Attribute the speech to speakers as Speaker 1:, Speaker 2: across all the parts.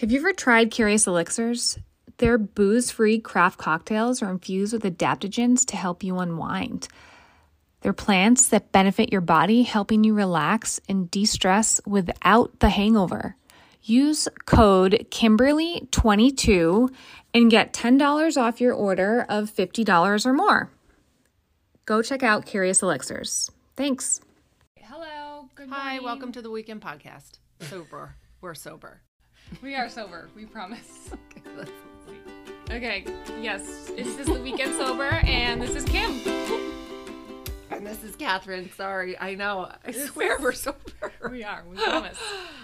Speaker 1: Have you ever tried Curious Elixirs? Their booze free craft cocktails are infused with adaptogens to help you unwind. They're plants that benefit your body, helping you relax and de stress without the hangover. Use code Kimberly22 and get $10 off your order of $50 or more. Go check out Curious Elixirs. Thanks. Hello. Good
Speaker 2: Hi,
Speaker 1: morning.
Speaker 2: welcome to the weekend podcast. Sober. We're sober.
Speaker 1: We are sober, we promise.
Speaker 2: Let's-
Speaker 1: Okay, yes, this is the weekend sober, and this is Kim.
Speaker 2: And this is Catherine. Sorry, I know. I swear we're sober.
Speaker 1: We are, we promise.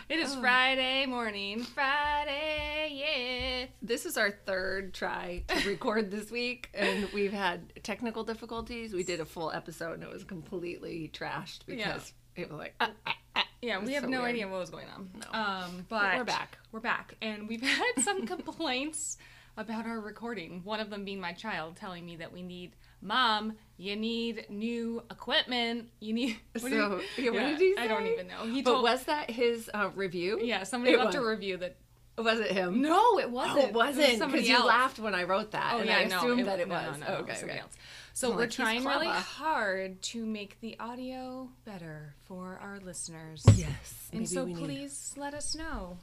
Speaker 1: It is
Speaker 2: Oh.
Speaker 1: Friday morning, Friday,
Speaker 2: This is our third try to record this week, and we've had technical difficulties. We did a full episode, and it was completely trashed
Speaker 1: Yeah. Uh,
Speaker 2: because it was like, ah, ah,
Speaker 1: yeah.
Speaker 2: ah.
Speaker 1: Yeah, we have
Speaker 2: so
Speaker 1: no
Speaker 2: weird.
Speaker 1: idea what was going on.
Speaker 2: No.
Speaker 1: Um, but,
Speaker 2: we're back.
Speaker 1: We're back, and we've had some complaints about our recording. One of them being my child telling me that we need, Mom, you need new equipment. You need. what did
Speaker 2: So,
Speaker 1: he-
Speaker 2: yeah, what did he
Speaker 1: I don't
Speaker 2: say?
Speaker 1: even know. He
Speaker 2: but
Speaker 1: told.
Speaker 2: was that his uh, review?
Speaker 1: yeah, somebody
Speaker 2: It
Speaker 1: left a
Speaker 2: was.
Speaker 1: review that.
Speaker 2: Was it him?
Speaker 1: No, it wasn't.
Speaker 2: Oh, it wasn't.
Speaker 1: somebody
Speaker 2: Because you
Speaker 1: else.
Speaker 2: laughed when I wrote that,
Speaker 1: Oh
Speaker 2: and
Speaker 1: yeah,
Speaker 2: I
Speaker 1: no,
Speaker 2: assumed that it
Speaker 1: no, no,
Speaker 2: was.
Speaker 1: no, no,
Speaker 2: okay,
Speaker 1: somebody
Speaker 2: okay.
Speaker 1: else. Oh, So
Speaker 2: I'm
Speaker 1: we're
Speaker 2: like, he's
Speaker 1: trying really
Speaker 2: clever.
Speaker 1: hard to make the audio better for our listeners.
Speaker 2: Yes.
Speaker 1: And
Speaker 2: maybe
Speaker 1: so
Speaker 2: we need-
Speaker 1: please let us know.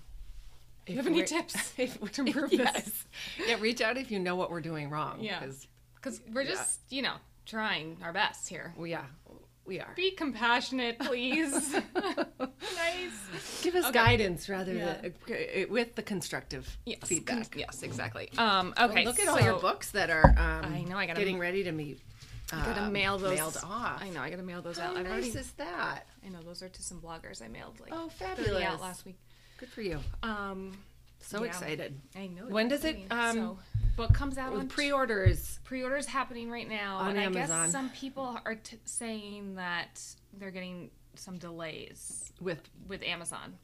Speaker 1: Do
Speaker 2: if
Speaker 1: you have any
Speaker 2: we're-
Speaker 1: tips to improve this?
Speaker 2: yes. Yeah, reach out if you know what we're doing wrong.
Speaker 1: Yeah.
Speaker 2: Because,
Speaker 1: Because we're
Speaker 2: Yeah.
Speaker 1: just, you know, trying our best here.
Speaker 2: well, yeah, we are.
Speaker 1: Be compassionate, please. nice.
Speaker 2: Give us guidance rather
Speaker 1: Yeah.
Speaker 2: than uh, with the constructive
Speaker 1: Yes.
Speaker 2: feedback.
Speaker 1: con- Yes, exactly. Um, okay.
Speaker 2: Look at all your
Speaker 1: so-
Speaker 2: books that are um,
Speaker 1: I know, I gotta-
Speaker 2: getting ready to be
Speaker 1: I gotta
Speaker 2: um,
Speaker 1: mail those.
Speaker 2: mailed off.
Speaker 1: I know. I gotta mail those
Speaker 2: How
Speaker 1: out. I've
Speaker 2: nice
Speaker 1: already.
Speaker 2: is that?
Speaker 1: I know those are to some bloggers I mailed like
Speaker 2: Oh,
Speaker 1: 30 out
Speaker 2: fabulous.
Speaker 1: last week.
Speaker 2: Good for you.
Speaker 1: Um,
Speaker 2: So
Speaker 1: Yeah.
Speaker 2: excited.
Speaker 1: I know.
Speaker 2: When
Speaker 1: that's
Speaker 2: does it,
Speaker 1: what I mean.
Speaker 2: um,
Speaker 1: so, book comes out
Speaker 2: With
Speaker 1: on pre
Speaker 2: pre-orders,
Speaker 1: pre-order is happening right now,
Speaker 2: On
Speaker 1: and I guess
Speaker 2: Amazon.
Speaker 1: some people are t- saying that they're getting some delays
Speaker 2: with
Speaker 1: with Amazon,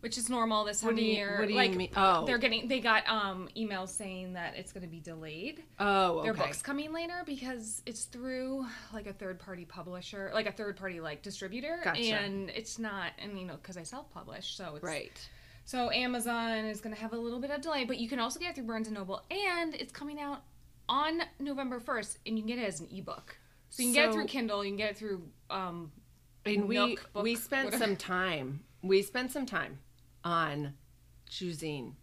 Speaker 1: which is normal this time
Speaker 2: do
Speaker 1: of
Speaker 2: you-
Speaker 1: year.
Speaker 2: what do you
Speaker 1: like,
Speaker 2: mean? Oh.
Speaker 1: they're getting they got um emails saying that it's going to be delayed.
Speaker 2: oh, okay.
Speaker 1: Their books coming later because it's through like a third party publisher, like a third party like distributor,
Speaker 2: Gotcha.
Speaker 1: and it's not. And you know, because I self publish, so it's
Speaker 2: Right.
Speaker 1: so Amazon is going to have a little bit of delay, but you can also get it through Barnes and Noble, and it's coming out on November first, and you can get it as an ebook. So you can get it
Speaker 2: So-
Speaker 1: through Kindle, you can get it through. Um,
Speaker 2: And we
Speaker 1: Nook book,
Speaker 2: we spent
Speaker 1: whatever.
Speaker 2: some time. We spent some time on choosing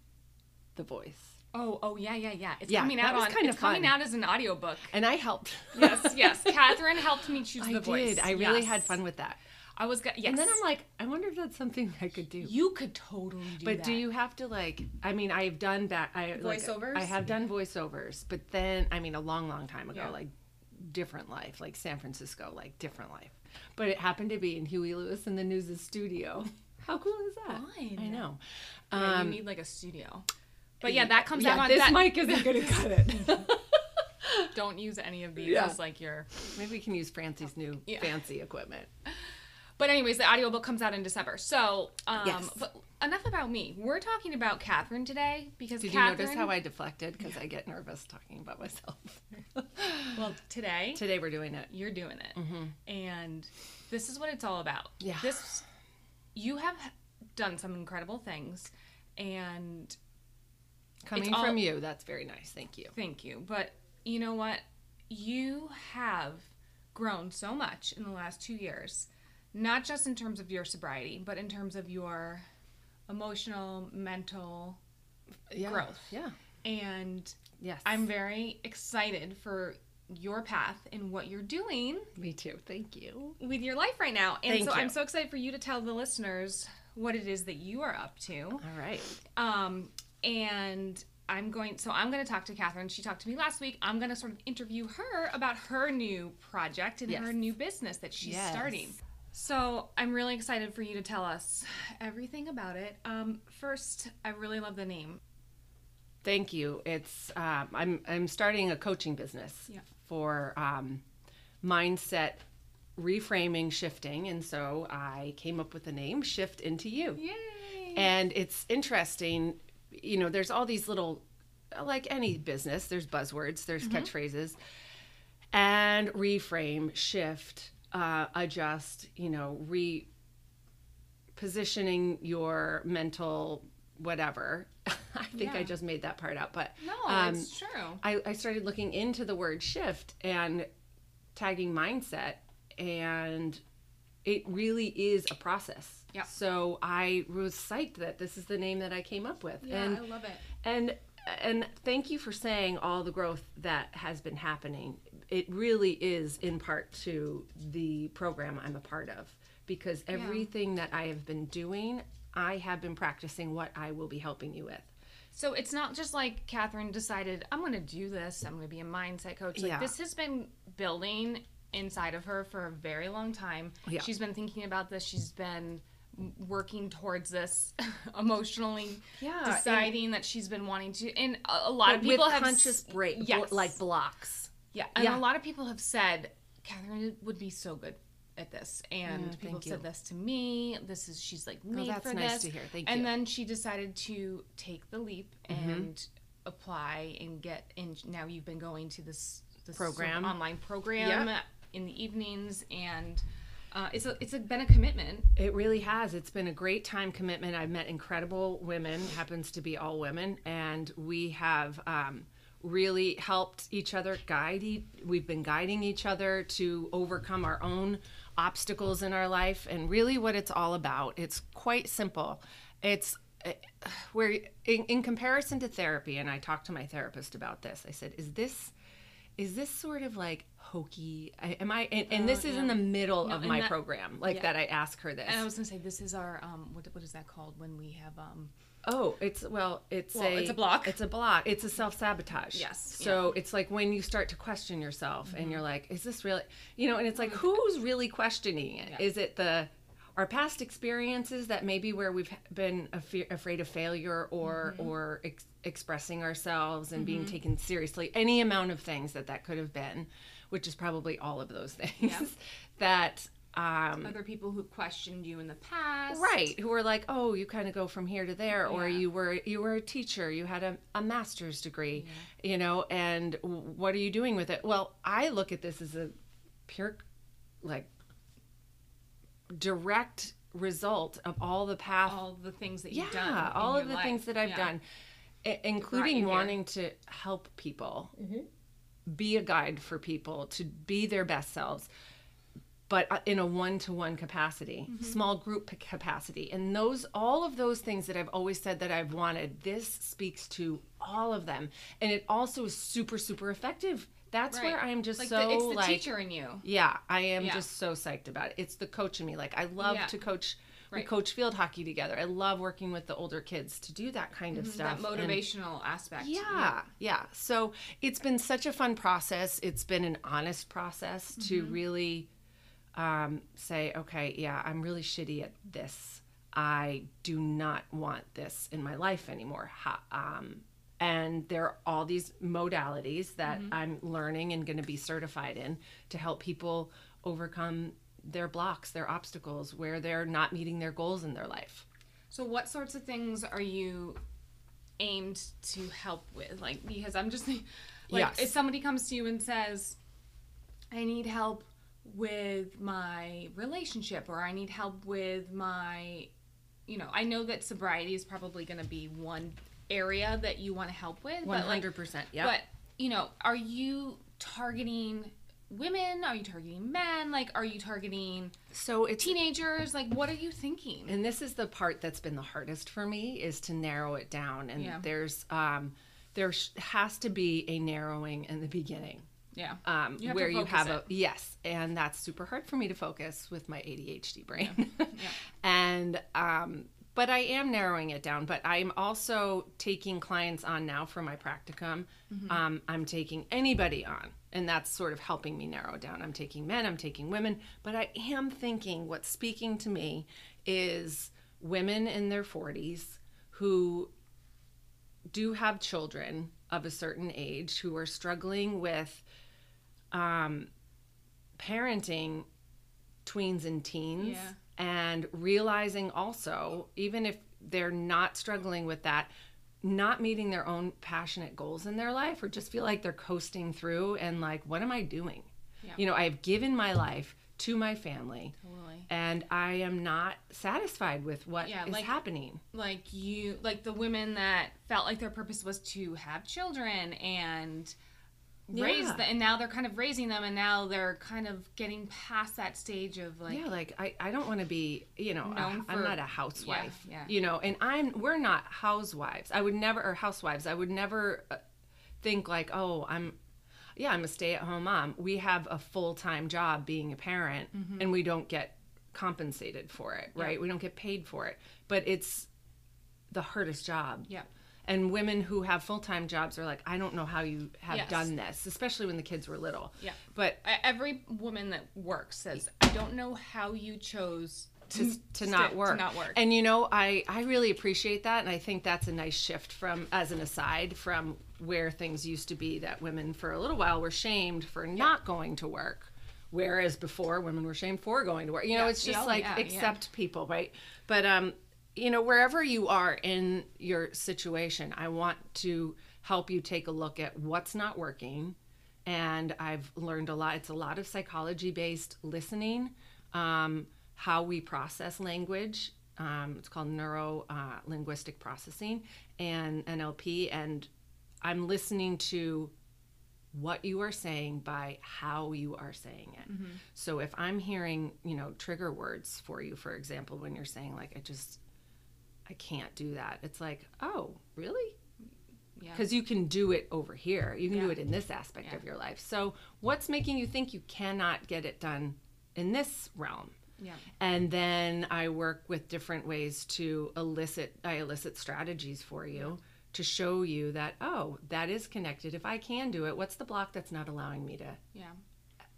Speaker 2: the voice,
Speaker 1: oh, oh yeah, yeah, yeah. It's
Speaker 2: Yeah,
Speaker 1: coming
Speaker 2: that
Speaker 1: out
Speaker 2: was
Speaker 1: on.
Speaker 2: kind
Speaker 1: it's
Speaker 2: of
Speaker 1: coming
Speaker 2: fun.
Speaker 1: out as an audiobook.
Speaker 2: and I helped.
Speaker 1: yes, yes. Catherine helped me choose
Speaker 2: I
Speaker 1: the
Speaker 2: did.
Speaker 1: voice.
Speaker 2: I really
Speaker 1: Yes.
Speaker 2: had fun with that.
Speaker 1: I was. go- Yes.
Speaker 2: And then I'm like, I wonder if that's something I could do.
Speaker 1: you could totally do
Speaker 2: But
Speaker 1: that.
Speaker 2: do you have to like? I mean, I've done back. I, like,
Speaker 1: Voiceovers?
Speaker 2: I have done voiceovers, but then I mean, a long, long time ago,
Speaker 1: Yeah.
Speaker 2: like different life, like San Francisco, like different life. But it happened to be in Huey Lewis and the News' studio. How cool is that?
Speaker 1: Fine.
Speaker 2: I know.
Speaker 1: Yeah,
Speaker 2: Um,
Speaker 1: you need like a studio. But yeah, that comes out on
Speaker 2: this
Speaker 1: that.
Speaker 2: mic isn't gonna cut it.
Speaker 1: Don't use any of these
Speaker 2: Yeah.
Speaker 1: as like your.
Speaker 2: Maybe we can use Francie's new
Speaker 1: Yeah.
Speaker 2: fancy equipment.
Speaker 1: But anyways, the audiobook comes out in December. So, um,
Speaker 2: Yes.
Speaker 1: but enough about me. We're talking about Catherine today because
Speaker 2: Did
Speaker 1: Catherine.
Speaker 2: you notice how I deflected? Because I get nervous talking about myself.
Speaker 1: Well, today
Speaker 2: Today we're doing it.
Speaker 1: you're doing it,
Speaker 2: Mm-hmm.
Speaker 1: and this is what it's all about.
Speaker 2: Yeah.
Speaker 1: This, you have done some incredible things, and
Speaker 2: Coming
Speaker 1: all-
Speaker 2: from you, that's very nice. Thank you.
Speaker 1: thank you. But you know what? You have grown so much in the last two years, not just in terms of your sobriety, but in terms of your emotional, mental,
Speaker 2: Yeah.
Speaker 1: Growth.
Speaker 2: Yeah.
Speaker 1: and
Speaker 2: Yes.
Speaker 1: I'm very excited for your path and what you're doing
Speaker 2: Me too. Thank you.
Speaker 1: with your life right now. And
Speaker 2: Thank
Speaker 1: so I'm
Speaker 2: you.
Speaker 1: so excited for you to tell the listeners what it is that you are up to.
Speaker 2: All right.
Speaker 1: Um, and I'm going, so I'm going to talk to Catherine. She talked to me last week. I'm going to sort of interview her about her new project and
Speaker 2: Yes.
Speaker 1: her new business that she's
Speaker 2: Yes.
Speaker 1: starting. So I'm really excited for you to tell us everything about it. Um, first, I really love the name.
Speaker 2: Thank you. It's um, I'm I'm starting a coaching business
Speaker 1: Yeah.
Speaker 2: for um, mindset reframing, shifting, and so I came up with the name Shift into You.
Speaker 1: Yay!
Speaker 2: And it's interesting, you know, there's all these little, like any business, there's buzzwords, there's
Speaker 3: Mm-hmm.
Speaker 2: catchphrases, and reframe, shift, uh, adjust, you know, repositioning your mental whatever. I think I
Speaker 3: Yeah.
Speaker 2: just made that part up, but
Speaker 3: No,
Speaker 2: um,
Speaker 3: it's true.
Speaker 2: I, I started looking into the word shift and tagging mindset, and it really is a process.
Speaker 3: Yeah.
Speaker 2: So I was psyched that this is the name that I came up with,
Speaker 3: Yeah,
Speaker 2: and
Speaker 3: I love it.
Speaker 2: and and thank you for saying all the growth that has been happening. It really is in part to the program I'm a part of because everything that I have been doing, I have been practicing what I will be helping you with.
Speaker 1: So it's not just like Catherine decided, I'm going to do this. I'm going to be a mindset coach. Like
Speaker 2: Yeah.
Speaker 1: this has been building inside of her for a very long time.
Speaker 2: Yeah.
Speaker 1: She's been thinking about this. She's been m- working towards this emotionally.
Speaker 2: Yeah, and-
Speaker 1: Deciding that she's been wanting to. And a, a lot of
Speaker 2: But
Speaker 1: people
Speaker 2: with
Speaker 1: have
Speaker 2: conscious
Speaker 1: s-
Speaker 2: break, bl-
Speaker 1: Yes.
Speaker 2: like blocks.
Speaker 1: Yeah, and
Speaker 2: Yeah.
Speaker 1: a lot of people have said Catherine would be so good at this, and people have
Speaker 2: Mm, thank
Speaker 1: said
Speaker 2: you.
Speaker 1: this to me. This is she's like made
Speaker 2: that's
Speaker 1: for
Speaker 2: nice
Speaker 1: this.
Speaker 2: to hear. Thank
Speaker 1: and
Speaker 2: you. Mm-hmm.
Speaker 1: then she decided to take the leap and apply and get. And now you've been going to this, this sort of
Speaker 2: Program.
Speaker 1: online program
Speaker 2: Yep.
Speaker 1: in the evenings, and uh, it's a, it's a, been a commitment.
Speaker 2: It really has. It's been a great time commitment. I've met incredible women, happens to be all women, and we have um, really helped each other guide. E- we've been guiding each other to overcome our own obstacles in our life, and really what it's all about. It's quite simple. It's uh, where, in, in comparison to therapy, and I talked to my therapist about this. I said, "Is this?" Is this sort of like hokey? I, am I? And, and this is in the middle of
Speaker 1: Oh, and
Speaker 2: my
Speaker 1: that-
Speaker 2: program, like that. I ask her this.
Speaker 1: And I was gonna say this is our um what what is that called when we have um
Speaker 2: Oh, it's well, it's
Speaker 1: Well,
Speaker 2: a
Speaker 1: it's a block.
Speaker 2: It's a block. It's a self sabotage.
Speaker 1: Yes, Mm-hmm.
Speaker 2: So it's like when you start to question yourself, and you're like, "Is this really?" You know, and it's like, who's really questioning it? Is it the our past experiences that maybe where we've been afe- afraid of failure or
Speaker 1: Mm-hmm.
Speaker 2: or ex- expressing ourselves and being taken seriously? Any amount of things that that could have been, which is probably all of those things that. Um,
Speaker 1: other people who questioned you in the past
Speaker 2: right who are like oh you kind of go from here to there or
Speaker 1: Yeah.
Speaker 2: you were you were a teacher you had a, a master's degree you know and w- what are you doing with it well i look at this as a pure like direct result of all the path
Speaker 1: all the things that
Speaker 2: yeah
Speaker 1: you've done
Speaker 2: all
Speaker 1: in
Speaker 2: of
Speaker 1: your
Speaker 2: the
Speaker 1: life.
Speaker 2: things that i've
Speaker 1: Yeah.
Speaker 2: done i-
Speaker 1: you
Speaker 2: including
Speaker 1: here. Mm-hmm.
Speaker 2: wanting to help people be a guide for people to be their best selves but uh, in a one-to-one capacity
Speaker 1: Mm-hmm.
Speaker 2: small group p- capacity and those all of those things that i've always said that i've wanted this speaks to all of them and it also is super super effective that's where
Speaker 1: Right.
Speaker 2: i'm just
Speaker 1: like
Speaker 2: so
Speaker 1: the, it's the
Speaker 2: like
Speaker 1: teacher in you
Speaker 2: yeah, I am
Speaker 1: Yeah.
Speaker 2: just so psyched about it. It's the coach in me. Like I love
Speaker 1: Yeah.
Speaker 2: to coach. We
Speaker 1: Right.
Speaker 2: coach field hockey together. I love working with the older kids to do that kind of
Speaker 1: Mm-hmm. that
Speaker 2: stuff. and-
Speaker 1: motivational aspect
Speaker 2: yeah, yeah. So it's been such a fun process. It's been an honest process to really um, say, okay, yeah, I'm really shitty at this. I do not want this in my life anymore. Ha- um, and there are all these modalities that I'm learning and going to be certified in to help people overcome their blocks, their obstacles, where they're not meeting their goals in their life.
Speaker 1: so what sorts of things are you aimed to help with like because i'm just think- like
Speaker 2: Yes.
Speaker 1: if somebody comes to you and says i need help with my relationship or i need help with my you know i know that sobriety is probably going to be one area that you want to help with but like
Speaker 2: 100%. Yeah.
Speaker 1: But you know, are you targeting women? Are you targeting men? Like, are you targeting
Speaker 2: so it's
Speaker 1: teenagers? Like, what are you thinking?
Speaker 2: and this is the part that's been the hardest for me is to narrow it down and
Speaker 1: Yeah.
Speaker 2: there's um there sh- has to be a narrowing in the beginning
Speaker 1: Yeah.
Speaker 2: um
Speaker 1: You have to
Speaker 2: where you
Speaker 1: focus
Speaker 2: have
Speaker 1: it.
Speaker 2: a yes and that's super hard for me to focus with my ADHD brain and um but I am narrowing it down but I'm also taking clients on now for my practicum
Speaker 1: Mm-hmm.
Speaker 2: um I'm taking anybody on and that's sort of helping me narrow down I'm taking men I'm taking women but I am thinking what's speaking to me is women in their 40s who do have children of a certain age who are struggling with um, parenting tweens and teens
Speaker 1: Yeah.
Speaker 2: and realizing also, even if they're not struggling with that, not meeting their own passionate goals in their life or just feel like they're coasting through and like, what am I doing?
Speaker 1: Yeah.
Speaker 2: You know, I have given my life to my family.
Speaker 1: Totally.
Speaker 2: And I am not satisfied with what is
Speaker 1: Yeah, like-
Speaker 2: happening.
Speaker 1: Like you, like the women that felt like their purpose was to have children and raise
Speaker 2: Yeah.
Speaker 1: them, and now they're kind of raising them, and now they're kind of getting past that stage of like,
Speaker 2: yeah, like I, I don't want to be, you know, i
Speaker 1: Known
Speaker 2: I'm
Speaker 1: for-
Speaker 2: not a housewife.
Speaker 1: yeah.
Speaker 2: You know, and I'm we're not housewives. I would never or housewives. I would never uh, think like, "Oh, I'm yeah, I'm a stay-at-home mom. We have a full-time job being a parent
Speaker 1: Mm-hmm.
Speaker 2: and we don't get compensated for it, right? We don't get paid for it. But it's the hardest job.
Speaker 1: Yep.
Speaker 2: And women who have full-time jobs are like, "I don't know how you have
Speaker 1: Yes.
Speaker 2: done this, especially when the kids were little."
Speaker 1: Yeah.
Speaker 2: But
Speaker 1: I- e, every woman that works says, I don't know how you chose
Speaker 2: to, Mm-hmm. to not
Speaker 1: to
Speaker 2: work.
Speaker 1: not work.
Speaker 2: And you know, I, I really appreciate that. And I think that's a nice shift from, as an aside, from where things used to be that women for a little while were shamed for not going to work. Whereas before, women were shamed for going to work. You know, it's just
Speaker 1: Yeah.
Speaker 2: like
Speaker 1: Yeah, yeah.
Speaker 2: accept people, right? But, um, you know, wherever you are in your situation, I want to help you take a look at what's not working and I've learned a lot. It's a lot of psychology based listening, um, how we process language. Um, it's called neuro uh, linguistic processing and NLP. And I'm listening to what you are saying by how you are saying it.
Speaker 1: Mm-hmm.
Speaker 2: So if I'm hearing, you know, trigger words for you, for example, when you're saying, like, I just, I can't do that, it's like, oh, really?
Speaker 1: Yeah.
Speaker 2: because you can do it over here. You can do
Speaker 1: Yeah.
Speaker 2: it in this aspect of your life. So, what's making you think you cannot get it done in this realm?
Speaker 1: Yeah.
Speaker 2: And then I work with different ways to elicit. I elicit strategies for you to show you that oh, that is connected. If I can do it, what's the block that's not allowing me to
Speaker 1: Yeah.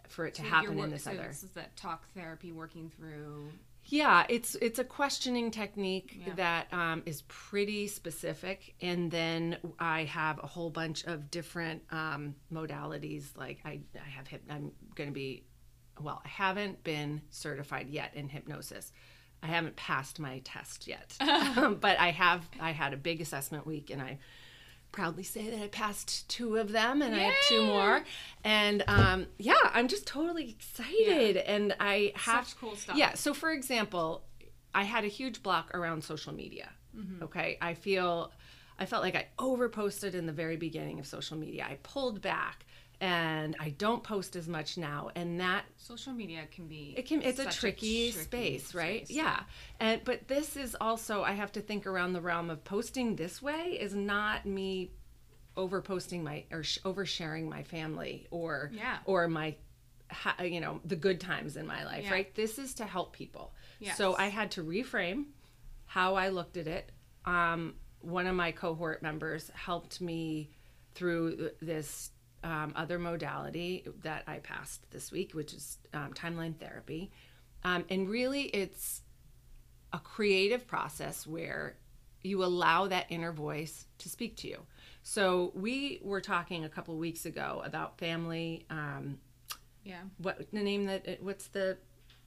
Speaker 2: for it to
Speaker 1: So your
Speaker 2: happen
Speaker 1: work-
Speaker 2: in this
Speaker 1: so
Speaker 2: other?
Speaker 1: This is that talk therapy working through.
Speaker 2: Yeah, it's it's a questioning technique
Speaker 1: Yeah.
Speaker 2: that um, is pretty specific, and then I have a whole bunch of different um, modalities. Like I, I have hyp- I'm going to be, well, I haven't been certified yet in hypnosis. I haven't passed my test yet, Um, but I have. I had a big assessment week, and I proudly say that I passed two of them and I have two more. And um, yeah, I'm just totally excited. And I have
Speaker 1: Such cool stuff.
Speaker 2: Yeah. So, for example, I had a huge block around social media.
Speaker 1: Mm-hmm.
Speaker 2: Okay. I feel, I felt like I overposted in the very beginning of social media. I pulled back and I don't post as much now. And that
Speaker 1: Social media can be.
Speaker 2: it can it's a
Speaker 1: such
Speaker 2: tricky, space right yeah and but this is also i have to think around the realm of posting this way is not me over posting my or sh- oversharing my family or
Speaker 1: Yeah.
Speaker 2: or my ha- you know the good times in my life
Speaker 1: Yeah.
Speaker 2: right this is to help people
Speaker 1: Yes.
Speaker 2: so i had to reframe how i looked at it um, one of my cohort members helped me through th- this um, other modality that I passed this week, which is um, timeline therapy. Um, and really, it's a creative process where you allow that inner voice to speak to you. So, we were talking a couple weeks ago about family. Um,
Speaker 1: Yeah.
Speaker 2: what the name that what's the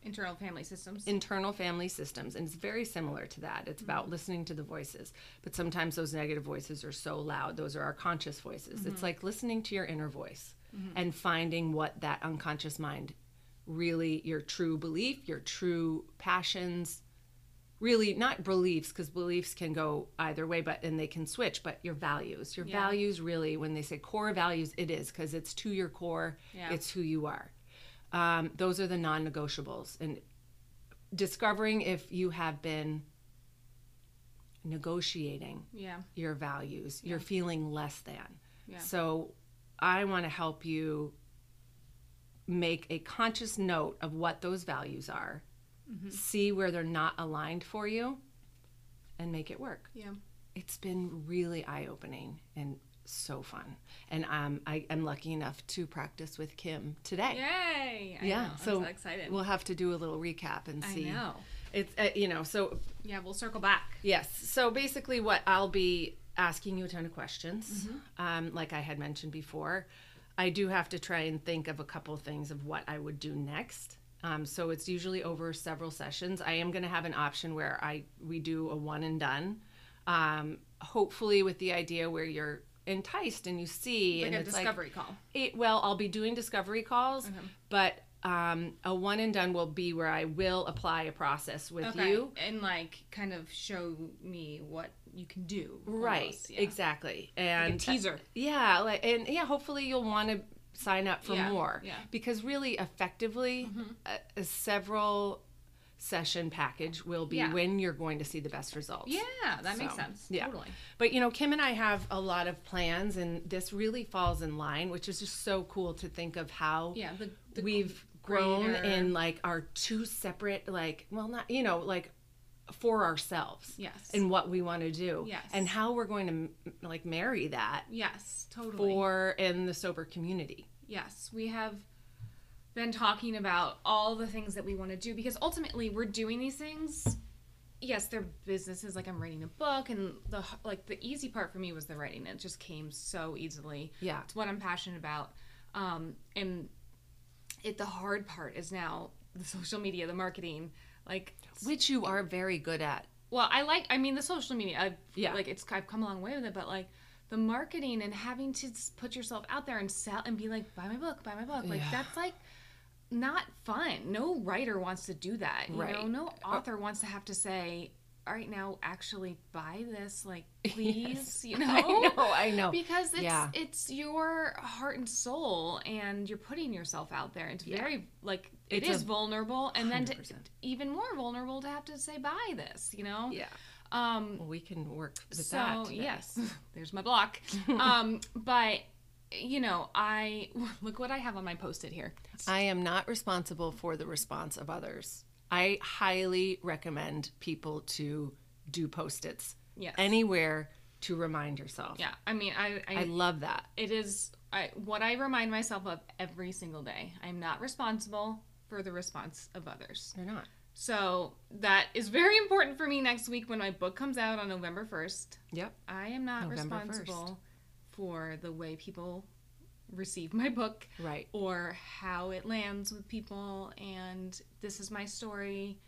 Speaker 1: Internal family systems. Mm-hmm.
Speaker 2: internal family systems and it's very similar to that it's about listening to the voices but sometimes those negative voices are so loud those are our conscious voices
Speaker 1: Mm-hmm.
Speaker 2: it's like listening to your inner voice and finding what that unconscious mind really your true belief your true passions really not beliefs because beliefs can go either way but and they can switch but your values your
Speaker 1: Yeah.
Speaker 2: values really when they say core values it is because it's to your core
Speaker 1: Yeah.
Speaker 2: it's who you are um, those are the non-negotiables and discovering if you have been negotiating
Speaker 1: yeah.
Speaker 2: your values, you're feeling less than.
Speaker 1: Yeah.
Speaker 2: So I want to help you make a conscious note of what those values are,
Speaker 1: Mm-hmm.
Speaker 2: see where they're not aligned for you, and make it work.
Speaker 1: Yeah.
Speaker 2: It's been really eye opening and so fun. And um, I am lucky enough to practice with Kim today.
Speaker 1: Yay! I
Speaker 2: Yeah,
Speaker 1: know. I'm so
Speaker 2: so
Speaker 1: excited.
Speaker 2: We'll have to do a little recap and
Speaker 1: I
Speaker 2: see.
Speaker 1: know.
Speaker 2: It's uh, you know so
Speaker 1: Yeah, we'll circle back.
Speaker 2: yes so basically what I'll be asking you a ton of questions,
Speaker 1: Mm-hmm.
Speaker 2: um, like I had mentioned before. I do have to try and think of a couple things of what I would do next. Um, so it's usually over several sessions. I am going to have an option where I we do a one and done, um, hopefully with the idea where you're enticed and you see
Speaker 1: Like
Speaker 2: and
Speaker 1: a
Speaker 2: it's
Speaker 1: discovery call.
Speaker 2: it, well, I'll be doing discovery calls, but um, a one and done will be where I will apply a process with
Speaker 1: Okay.
Speaker 2: you.
Speaker 1: and like kind of show me what you can do.
Speaker 2: Right.
Speaker 1: almost, yeah.
Speaker 2: Exactly. And that-
Speaker 1: teaser.
Speaker 2: yeah, like and yeah, hopefully you'll want to sign up for
Speaker 1: Yeah,
Speaker 2: more.
Speaker 1: yeah. Mm-hmm.
Speaker 2: Because really effectively a, a several session package will be
Speaker 1: Yeah.
Speaker 2: when you're going to see the best results.
Speaker 1: Yeah, that makes
Speaker 2: So,
Speaker 1: sense.
Speaker 2: yeah.
Speaker 1: Totally.
Speaker 2: But you know, Kim and I have a lot of plans and this really falls in line, which is just so cool to think of how
Speaker 1: Yeah, the- the
Speaker 2: we've grown
Speaker 1: greater-
Speaker 2: in like our two separate like well not you know like for ourselves
Speaker 1: Yes.
Speaker 2: and what we want to do
Speaker 1: Yes.
Speaker 2: and how we're going to m- like marry that
Speaker 1: Yes, totally.
Speaker 2: for in the sober community
Speaker 1: Yes, we have been talking about all the things that we want to do because ultimately we're doing these things. Yes, they're businesses. Like I'm writing a book, and the h- like the easy part for me was the writing. It just came so easily.
Speaker 2: Yeah.
Speaker 1: it's what I'm passionate about. Um, and it the hard part is now the social media, the marketing, like
Speaker 2: which you are very good at
Speaker 1: well, I like. I mean, the social media. I've,
Speaker 2: Yeah.
Speaker 1: Like it's. I've come a long way with it, but like the marketing and having to s- put yourself out there and sell and be like, buy my book, buy my book. Like
Speaker 2: Yeah.
Speaker 1: that's like not fun. No writer wants to do that. You
Speaker 2: Right. Uh,
Speaker 1: know, no author wants to have to say, all right, now actually buy this. Like, please, you know.
Speaker 2: i know i know
Speaker 1: Because it's
Speaker 2: Yeah.
Speaker 1: it's your heart and soul, and you're putting yourself out there. It's very like it
Speaker 2: It's
Speaker 1: is
Speaker 2: a-
Speaker 1: vulnerable, and then to,
Speaker 2: 100%.
Speaker 1: even more vulnerable to have to say buy this, you know.
Speaker 2: yeah
Speaker 1: Um,
Speaker 2: well, we can work with
Speaker 1: so
Speaker 2: that today.
Speaker 1: yes, there's my block. um, but you know, I look what I have on my post-it here.
Speaker 2: I am not responsible for the response of others. I highly recommend people to do post its
Speaker 1: Yes.
Speaker 2: anywhere to remind yourself.
Speaker 1: Yeah, I mean, I, I,
Speaker 2: I love that.
Speaker 1: it is I, what I remind myself of every single day. I'm not responsible for the response of others.
Speaker 2: You're not.
Speaker 1: So that is very important for me next week when my book comes out on November first.
Speaker 2: Yep.
Speaker 1: I am not
Speaker 2: November 1st.
Speaker 1: responsible for the way people receive my book
Speaker 2: Right.
Speaker 1: or how it lands with people and this is my story.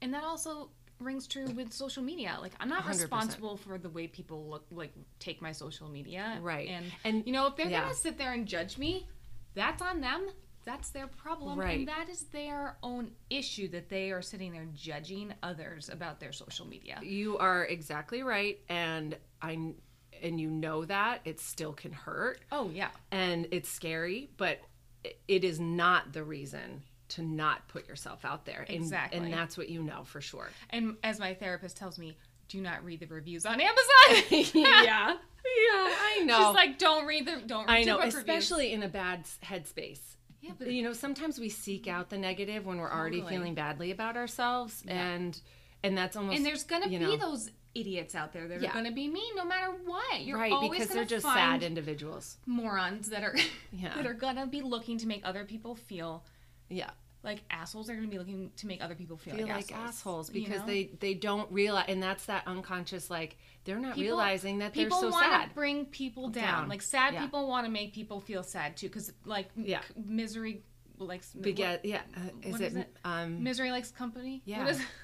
Speaker 1: And that also rings true with social media. Like I'm not
Speaker 2: 100%.
Speaker 1: responsible for the way people look like take my social media.
Speaker 2: Right.
Speaker 1: And
Speaker 2: And-
Speaker 1: and you know if they're
Speaker 2: yeah.
Speaker 1: going to sit there and judge me, that's on them. That's their problem
Speaker 2: Right.
Speaker 1: and that is their own issue that they are sitting there judging others about their social media.
Speaker 2: You are exactly right and I and you know that it still can hurt
Speaker 1: Oh yeah.
Speaker 2: and it's scary, but i- it is not the reason to not put yourself out there. And,
Speaker 1: Exactly.
Speaker 2: And that's what you know for sure.
Speaker 1: And as my therapist tells me, do not read the reviews on Amazon. yeah.
Speaker 2: I know.
Speaker 1: She's like, don't read the don't read
Speaker 2: I
Speaker 1: the
Speaker 2: know,
Speaker 1: book reviews."
Speaker 2: especially in a bad s- headspace.
Speaker 1: Yeah, but
Speaker 2: you know, sometimes we seek out the negative when we're already
Speaker 1: Totally.
Speaker 2: feeling badly about ourselves, and and that's almost
Speaker 1: and there's gonna
Speaker 2: you
Speaker 1: be
Speaker 2: know,
Speaker 1: those idiots out there that
Speaker 2: Yeah.
Speaker 1: are gonna be mean no matter what. You're
Speaker 2: right
Speaker 1: always
Speaker 2: because
Speaker 1: gonna
Speaker 2: they're just
Speaker 1: find
Speaker 2: sad individuals.
Speaker 1: morons that are
Speaker 2: Yeah.
Speaker 1: that are gonna be looking to make other people feel
Speaker 2: Yeah,
Speaker 1: like assholes. They're gonna be looking to make other people feel
Speaker 2: feel
Speaker 1: like
Speaker 2: like
Speaker 1: assholes,
Speaker 2: assholes
Speaker 1: you
Speaker 2: because
Speaker 1: know?
Speaker 2: they they don't realize, and that's that unconscious like they're not
Speaker 1: People-
Speaker 2: realizing that they're
Speaker 1: people
Speaker 2: so
Speaker 1: wanna
Speaker 2: sad.
Speaker 1: bring people down.
Speaker 2: Down.
Speaker 1: Like sad
Speaker 2: Yeah.
Speaker 1: people want to make people feel sad too, because like m-
Speaker 2: Yeah.
Speaker 1: c- misery likes
Speaker 2: Beget, yeah, uh, is
Speaker 1: what
Speaker 2: it,
Speaker 1: is it?
Speaker 2: um
Speaker 1: misery likes company. What
Speaker 2: Yeah. Um,
Speaker 1: is-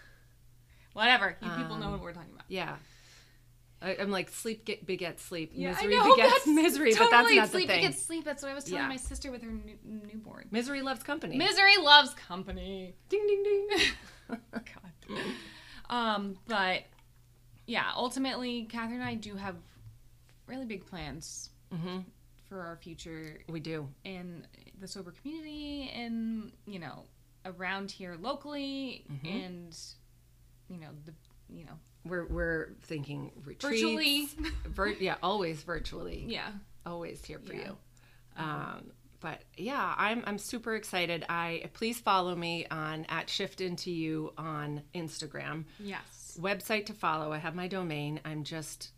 Speaker 1: whatever. You people know what we're talking about.
Speaker 2: yeah. I, I'm like sleep get, begets sleep,
Speaker 1: Yeah, I
Speaker 2: misery
Speaker 1: know,
Speaker 2: begets
Speaker 1: that's
Speaker 2: misery, but that's
Speaker 1: totally
Speaker 2: not the
Speaker 1: sleep
Speaker 2: thing.
Speaker 1: begets sleep. That's what I was telling
Speaker 2: Yeah.
Speaker 1: my sister with her new, newborn.
Speaker 2: Misery loves company.
Speaker 1: Misery loves company.
Speaker 2: ding ding ding.
Speaker 1: God. Um, but yeah, ultimately, Catherine and I do have really big plans for our future
Speaker 2: Mm-hmm, we do.
Speaker 1: in the sober community and you know around here locally
Speaker 2: Mm-hmm.
Speaker 1: and you know the you know
Speaker 2: We're we're thinking retreats.
Speaker 1: virtually
Speaker 2: Vir- yeah, always virtually.
Speaker 1: yeah
Speaker 2: Always here for
Speaker 1: Yeah.
Speaker 2: you. Um, but yeah, I'm I'm super excited. I please follow me on at Shift Into You on Instagram.
Speaker 1: yes
Speaker 2: Website to follow. I have my domain. I'm just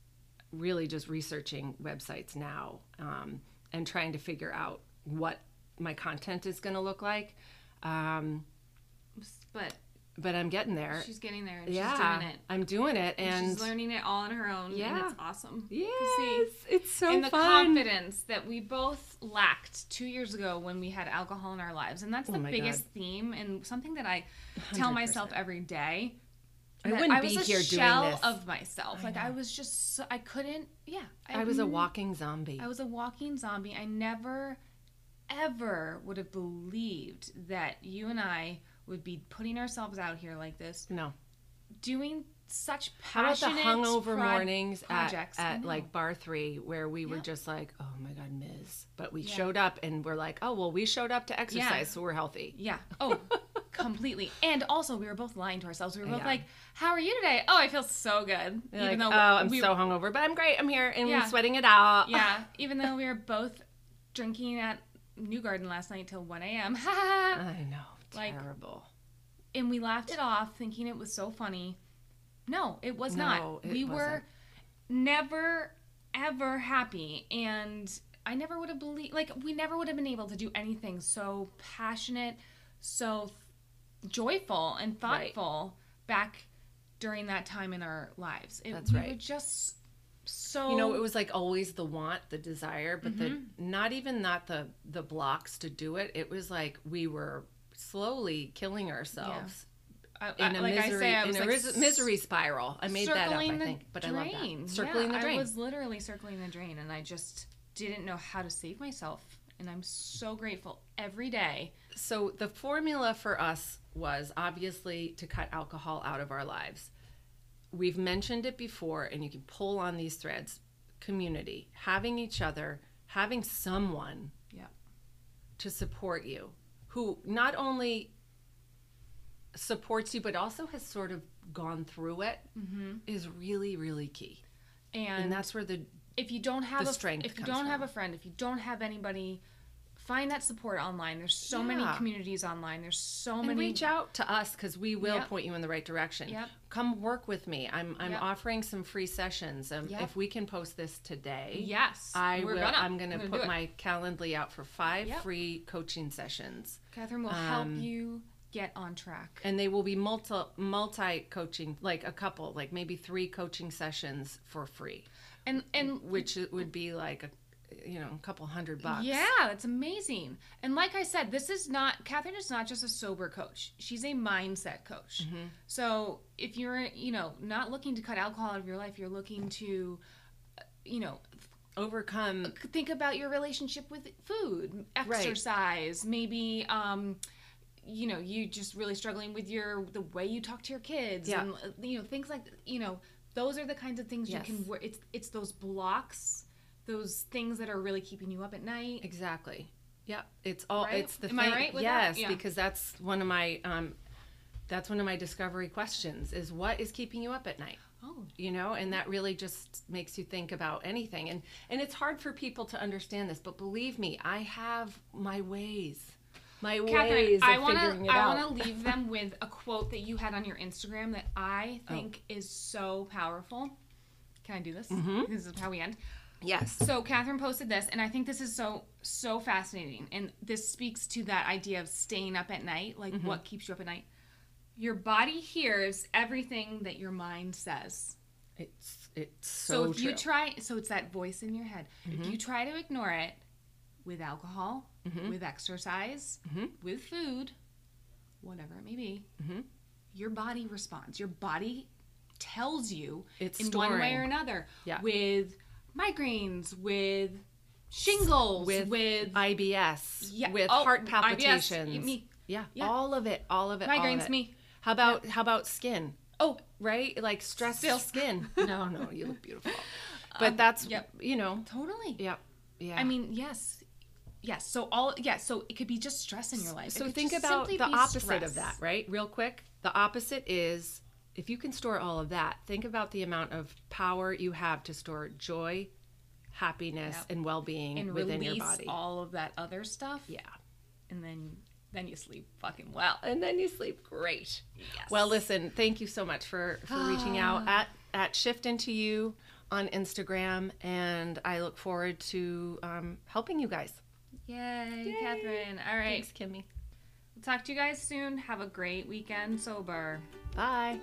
Speaker 2: really just researching websites now um, and trying to figure out what my content is going to look like. Um,
Speaker 1: but
Speaker 2: but I'm getting there.
Speaker 1: she's getting there and
Speaker 2: Uh, yeah,
Speaker 1: she's doing it
Speaker 2: I'm doing it, and
Speaker 1: she's learning it all on her own and
Speaker 2: Yeah.
Speaker 1: it's awesome to see.
Speaker 2: Yes, it's so
Speaker 1: and the
Speaker 2: fun.
Speaker 1: confidence that we both lacked two years ago when we had alcohol in our lives and that's the
Speaker 2: Oh my
Speaker 1: biggest theme and something that i tell myself every day
Speaker 2: I
Speaker 1: that
Speaker 2: wouldn't
Speaker 1: was
Speaker 2: be
Speaker 1: a
Speaker 2: here doing
Speaker 1: shell
Speaker 2: this.
Speaker 1: of myself like i was just so, i couldn't yeah Oh,
Speaker 2: I was a walking zombie.
Speaker 1: I was a walking zombie. I never ever would have believed that you and I would be putting ourselves out here like this,
Speaker 2: No.
Speaker 1: doing such
Speaker 2: How about the
Speaker 1: passionate
Speaker 2: hungover
Speaker 1: prod-
Speaker 2: mornings at,
Speaker 1: projects. Mm. Mm-hmm. I
Speaker 2: at
Speaker 1: know.
Speaker 2: like bar three where we were
Speaker 1: Yep.
Speaker 2: just like, oh my God, Ms. But we
Speaker 1: Yeah.
Speaker 2: showed up and we're like, oh, well, we showed up to exercise, so we're healthy.
Speaker 1: Yeah. Oh, completely. And also, we were both lying to ourselves. We were both
Speaker 2: Yeah.
Speaker 1: like, "How are you today? Oh, I feel so good."
Speaker 2: You're like, oh, I'm
Speaker 1: we,
Speaker 2: so hungover, but I'm great. I'm here and
Speaker 1: Yeah.
Speaker 2: I'm sweating it out.
Speaker 1: yeah. Even though we were both drinking at New Garden last night till 1 a.m. Ha, ha, ha.
Speaker 2: I know.
Speaker 1: Like-
Speaker 2: Terrible.
Speaker 1: and we laughed it off, thinking it was so funny. No, it was
Speaker 2: No,
Speaker 1: not.
Speaker 2: it
Speaker 1: we were
Speaker 2: wasn't.
Speaker 1: never, ever happy, and I never would have believed. Like we never would have been able to do anything so passionate, so th- joyful and
Speaker 2: Right.
Speaker 1: thoughtful back during that time in our lives. It,
Speaker 2: That's
Speaker 1: we Were
Speaker 2: right.
Speaker 1: just so
Speaker 2: you know it was like always the want the desire but the not even not the the blocks to do it it was like we were slowly killing ourselves
Speaker 1: I,
Speaker 2: in
Speaker 1: I-
Speaker 2: a
Speaker 1: like
Speaker 2: misery
Speaker 1: I say, I
Speaker 2: in
Speaker 1: was
Speaker 2: a
Speaker 1: like
Speaker 2: ris- misery spiral i made that up i
Speaker 1: circling the
Speaker 2: think but i love
Speaker 1: drain.
Speaker 2: that circling
Speaker 1: Yeah,
Speaker 2: the drain
Speaker 1: I was literally circling the drain, and I just didn't know how to save myself. And I'm so grateful every day.
Speaker 2: so the formula for us was obviously to cut alcohol out of our lives. We've mentioned it before, and you can pull on these threads community, having each other, having someone
Speaker 1: Yeah.
Speaker 2: to support you who not only supports you but also has sort of gone through it is really, really key.
Speaker 1: And,
Speaker 2: And that's where the
Speaker 1: if you don't have
Speaker 2: the
Speaker 1: a
Speaker 2: strength
Speaker 1: if you
Speaker 2: comes
Speaker 1: don't
Speaker 2: from.
Speaker 1: have a friend, if you don't have anybody, find that support online. There's so many
Speaker 2: Yeah.
Speaker 1: communities online. There's so
Speaker 2: and
Speaker 1: many.
Speaker 2: reach out to us because we will
Speaker 1: Yep.
Speaker 2: point you in the right direction.
Speaker 1: Yep.
Speaker 2: Come work with me. I'm I'm
Speaker 1: Yep.
Speaker 2: offering some free sessions. Um,
Speaker 1: Yep.
Speaker 2: If we can post this today,
Speaker 1: Yes,
Speaker 2: I
Speaker 1: we're
Speaker 2: will.
Speaker 1: gonna.
Speaker 2: I'm going
Speaker 1: We're
Speaker 2: to
Speaker 1: gonna do
Speaker 2: put
Speaker 1: it.
Speaker 2: my Calendly out for five
Speaker 1: Yep.
Speaker 2: free coaching sessions,
Speaker 1: Catherine will help
Speaker 2: um,
Speaker 1: you get on track.
Speaker 2: and they will be multi multi coaching, like a couple, like maybe three coaching sessions for free,
Speaker 1: And and
Speaker 2: which it would be like a, you know, a couple hundred bucks.
Speaker 1: Yeah, that's amazing. And like I said, this is not Catherine is not just a sober coach. She's a mindset coach.
Speaker 2: Mm-hmm.
Speaker 1: So if you're you know not looking to cut alcohol out of your life, you're looking to uh, you know
Speaker 2: Overcome.
Speaker 1: think about your relationship with food, exercise, maybe um you know you just really struggling with your the way you talk to your kids
Speaker 2: Yeah.
Speaker 1: and uh, you know things like you know those are the kinds of things
Speaker 2: Yes.
Speaker 1: you can wor- it's it's those blocks those things that are really keeping you up at night
Speaker 2: Exactly. Yep. It's all.
Speaker 1: Right?
Speaker 2: It's the.
Speaker 1: Am I
Speaker 2: thing.
Speaker 1: right with that?
Speaker 2: yes,
Speaker 1: Yeah.
Speaker 2: because that's one of my. Um, that's one of my discovery questions: is what is keeping you up at night?
Speaker 1: Oh,
Speaker 2: you know and that really just makes you think about anything and and it's hard for people to understand this but believe me i have my ways my
Speaker 1: Catherine,
Speaker 2: ways of
Speaker 1: I want
Speaker 2: figuring
Speaker 1: to
Speaker 2: it
Speaker 1: I
Speaker 2: out
Speaker 1: want to leave them with a quote that you had on your Instagram that I
Speaker 2: Oh.
Speaker 1: think is so powerful. Can I do this?
Speaker 2: Mm-hmm.
Speaker 1: This is how we end.
Speaker 2: yes
Speaker 1: So Catherine posted this, and I think this is so so fascinating, and this speaks to that idea of staying up at night, like
Speaker 2: Mm-hmm.
Speaker 1: what keeps you up at night. Your body hears everything that your mind says.
Speaker 2: it's it's
Speaker 1: So,
Speaker 2: so,
Speaker 1: if
Speaker 2: true Mm-hmm.
Speaker 1: you try, so it's that voice in your head. If you try to ignore it with alcohol, with exercise,
Speaker 2: Mm-hmm.
Speaker 1: with food, whatever it may be, your body responds. Your body tells you
Speaker 2: It's
Speaker 1: in one way
Speaker 2: storing.
Speaker 1: or another.
Speaker 2: Yeah.
Speaker 1: With migraines, with shingles, with,
Speaker 2: with ibs
Speaker 1: Yeah,
Speaker 2: with
Speaker 1: oh,
Speaker 2: heart
Speaker 1: IBS,
Speaker 2: palpitations
Speaker 1: me.
Speaker 2: Yeah,
Speaker 1: Yeah.
Speaker 2: all of it all of it all of
Speaker 1: migraines.
Speaker 2: it.
Speaker 1: Me.
Speaker 2: how about how about skin
Speaker 1: Oh,
Speaker 2: right like stressed
Speaker 1: Still. Um,
Speaker 2: skin no no you look beautiful but that's
Speaker 1: yep.
Speaker 2: you know
Speaker 1: totally.
Speaker 2: yep yeah
Speaker 1: I mean, yes. Yes. So all yes. So it could be just stress in your life. It
Speaker 2: So
Speaker 1: could
Speaker 2: think
Speaker 1: just
Speaker 2: about
Speaker 1: simply
Speaker 2: the
Speaker 1: be
Speaker 2: opposite
Speaker 1: stress.
Speaker 2: of that, right? Real quick. The opposite is if you can store all of that, think about the amount of power you have to store joy, happiness,
Speaker 1: Yep.
Speaker 2: and well being
Speaker 1: and
Speaker 2: within
Speaker 1: release
Speaker 2: your body.
Speaker 1: all of that other stuff.
Speaker 2: yeah.
Speaker 1: and then then you sleep fucking well.
Speaker 2: And then you sleep great.
Speaker 1: Yes. Ah.
Speaker 2: Well, listen, thank you so much for, for reaching out at, at Shift Into You on Instagram. And I look forward to um, helping you guys.
Speaker 1: Yay, Catherine. All right,
Speaker 2: Thanks, Kimmy.
Speaker 1: talk to you guys soon. Have a great weekend sober.
Speaker 2: Bye.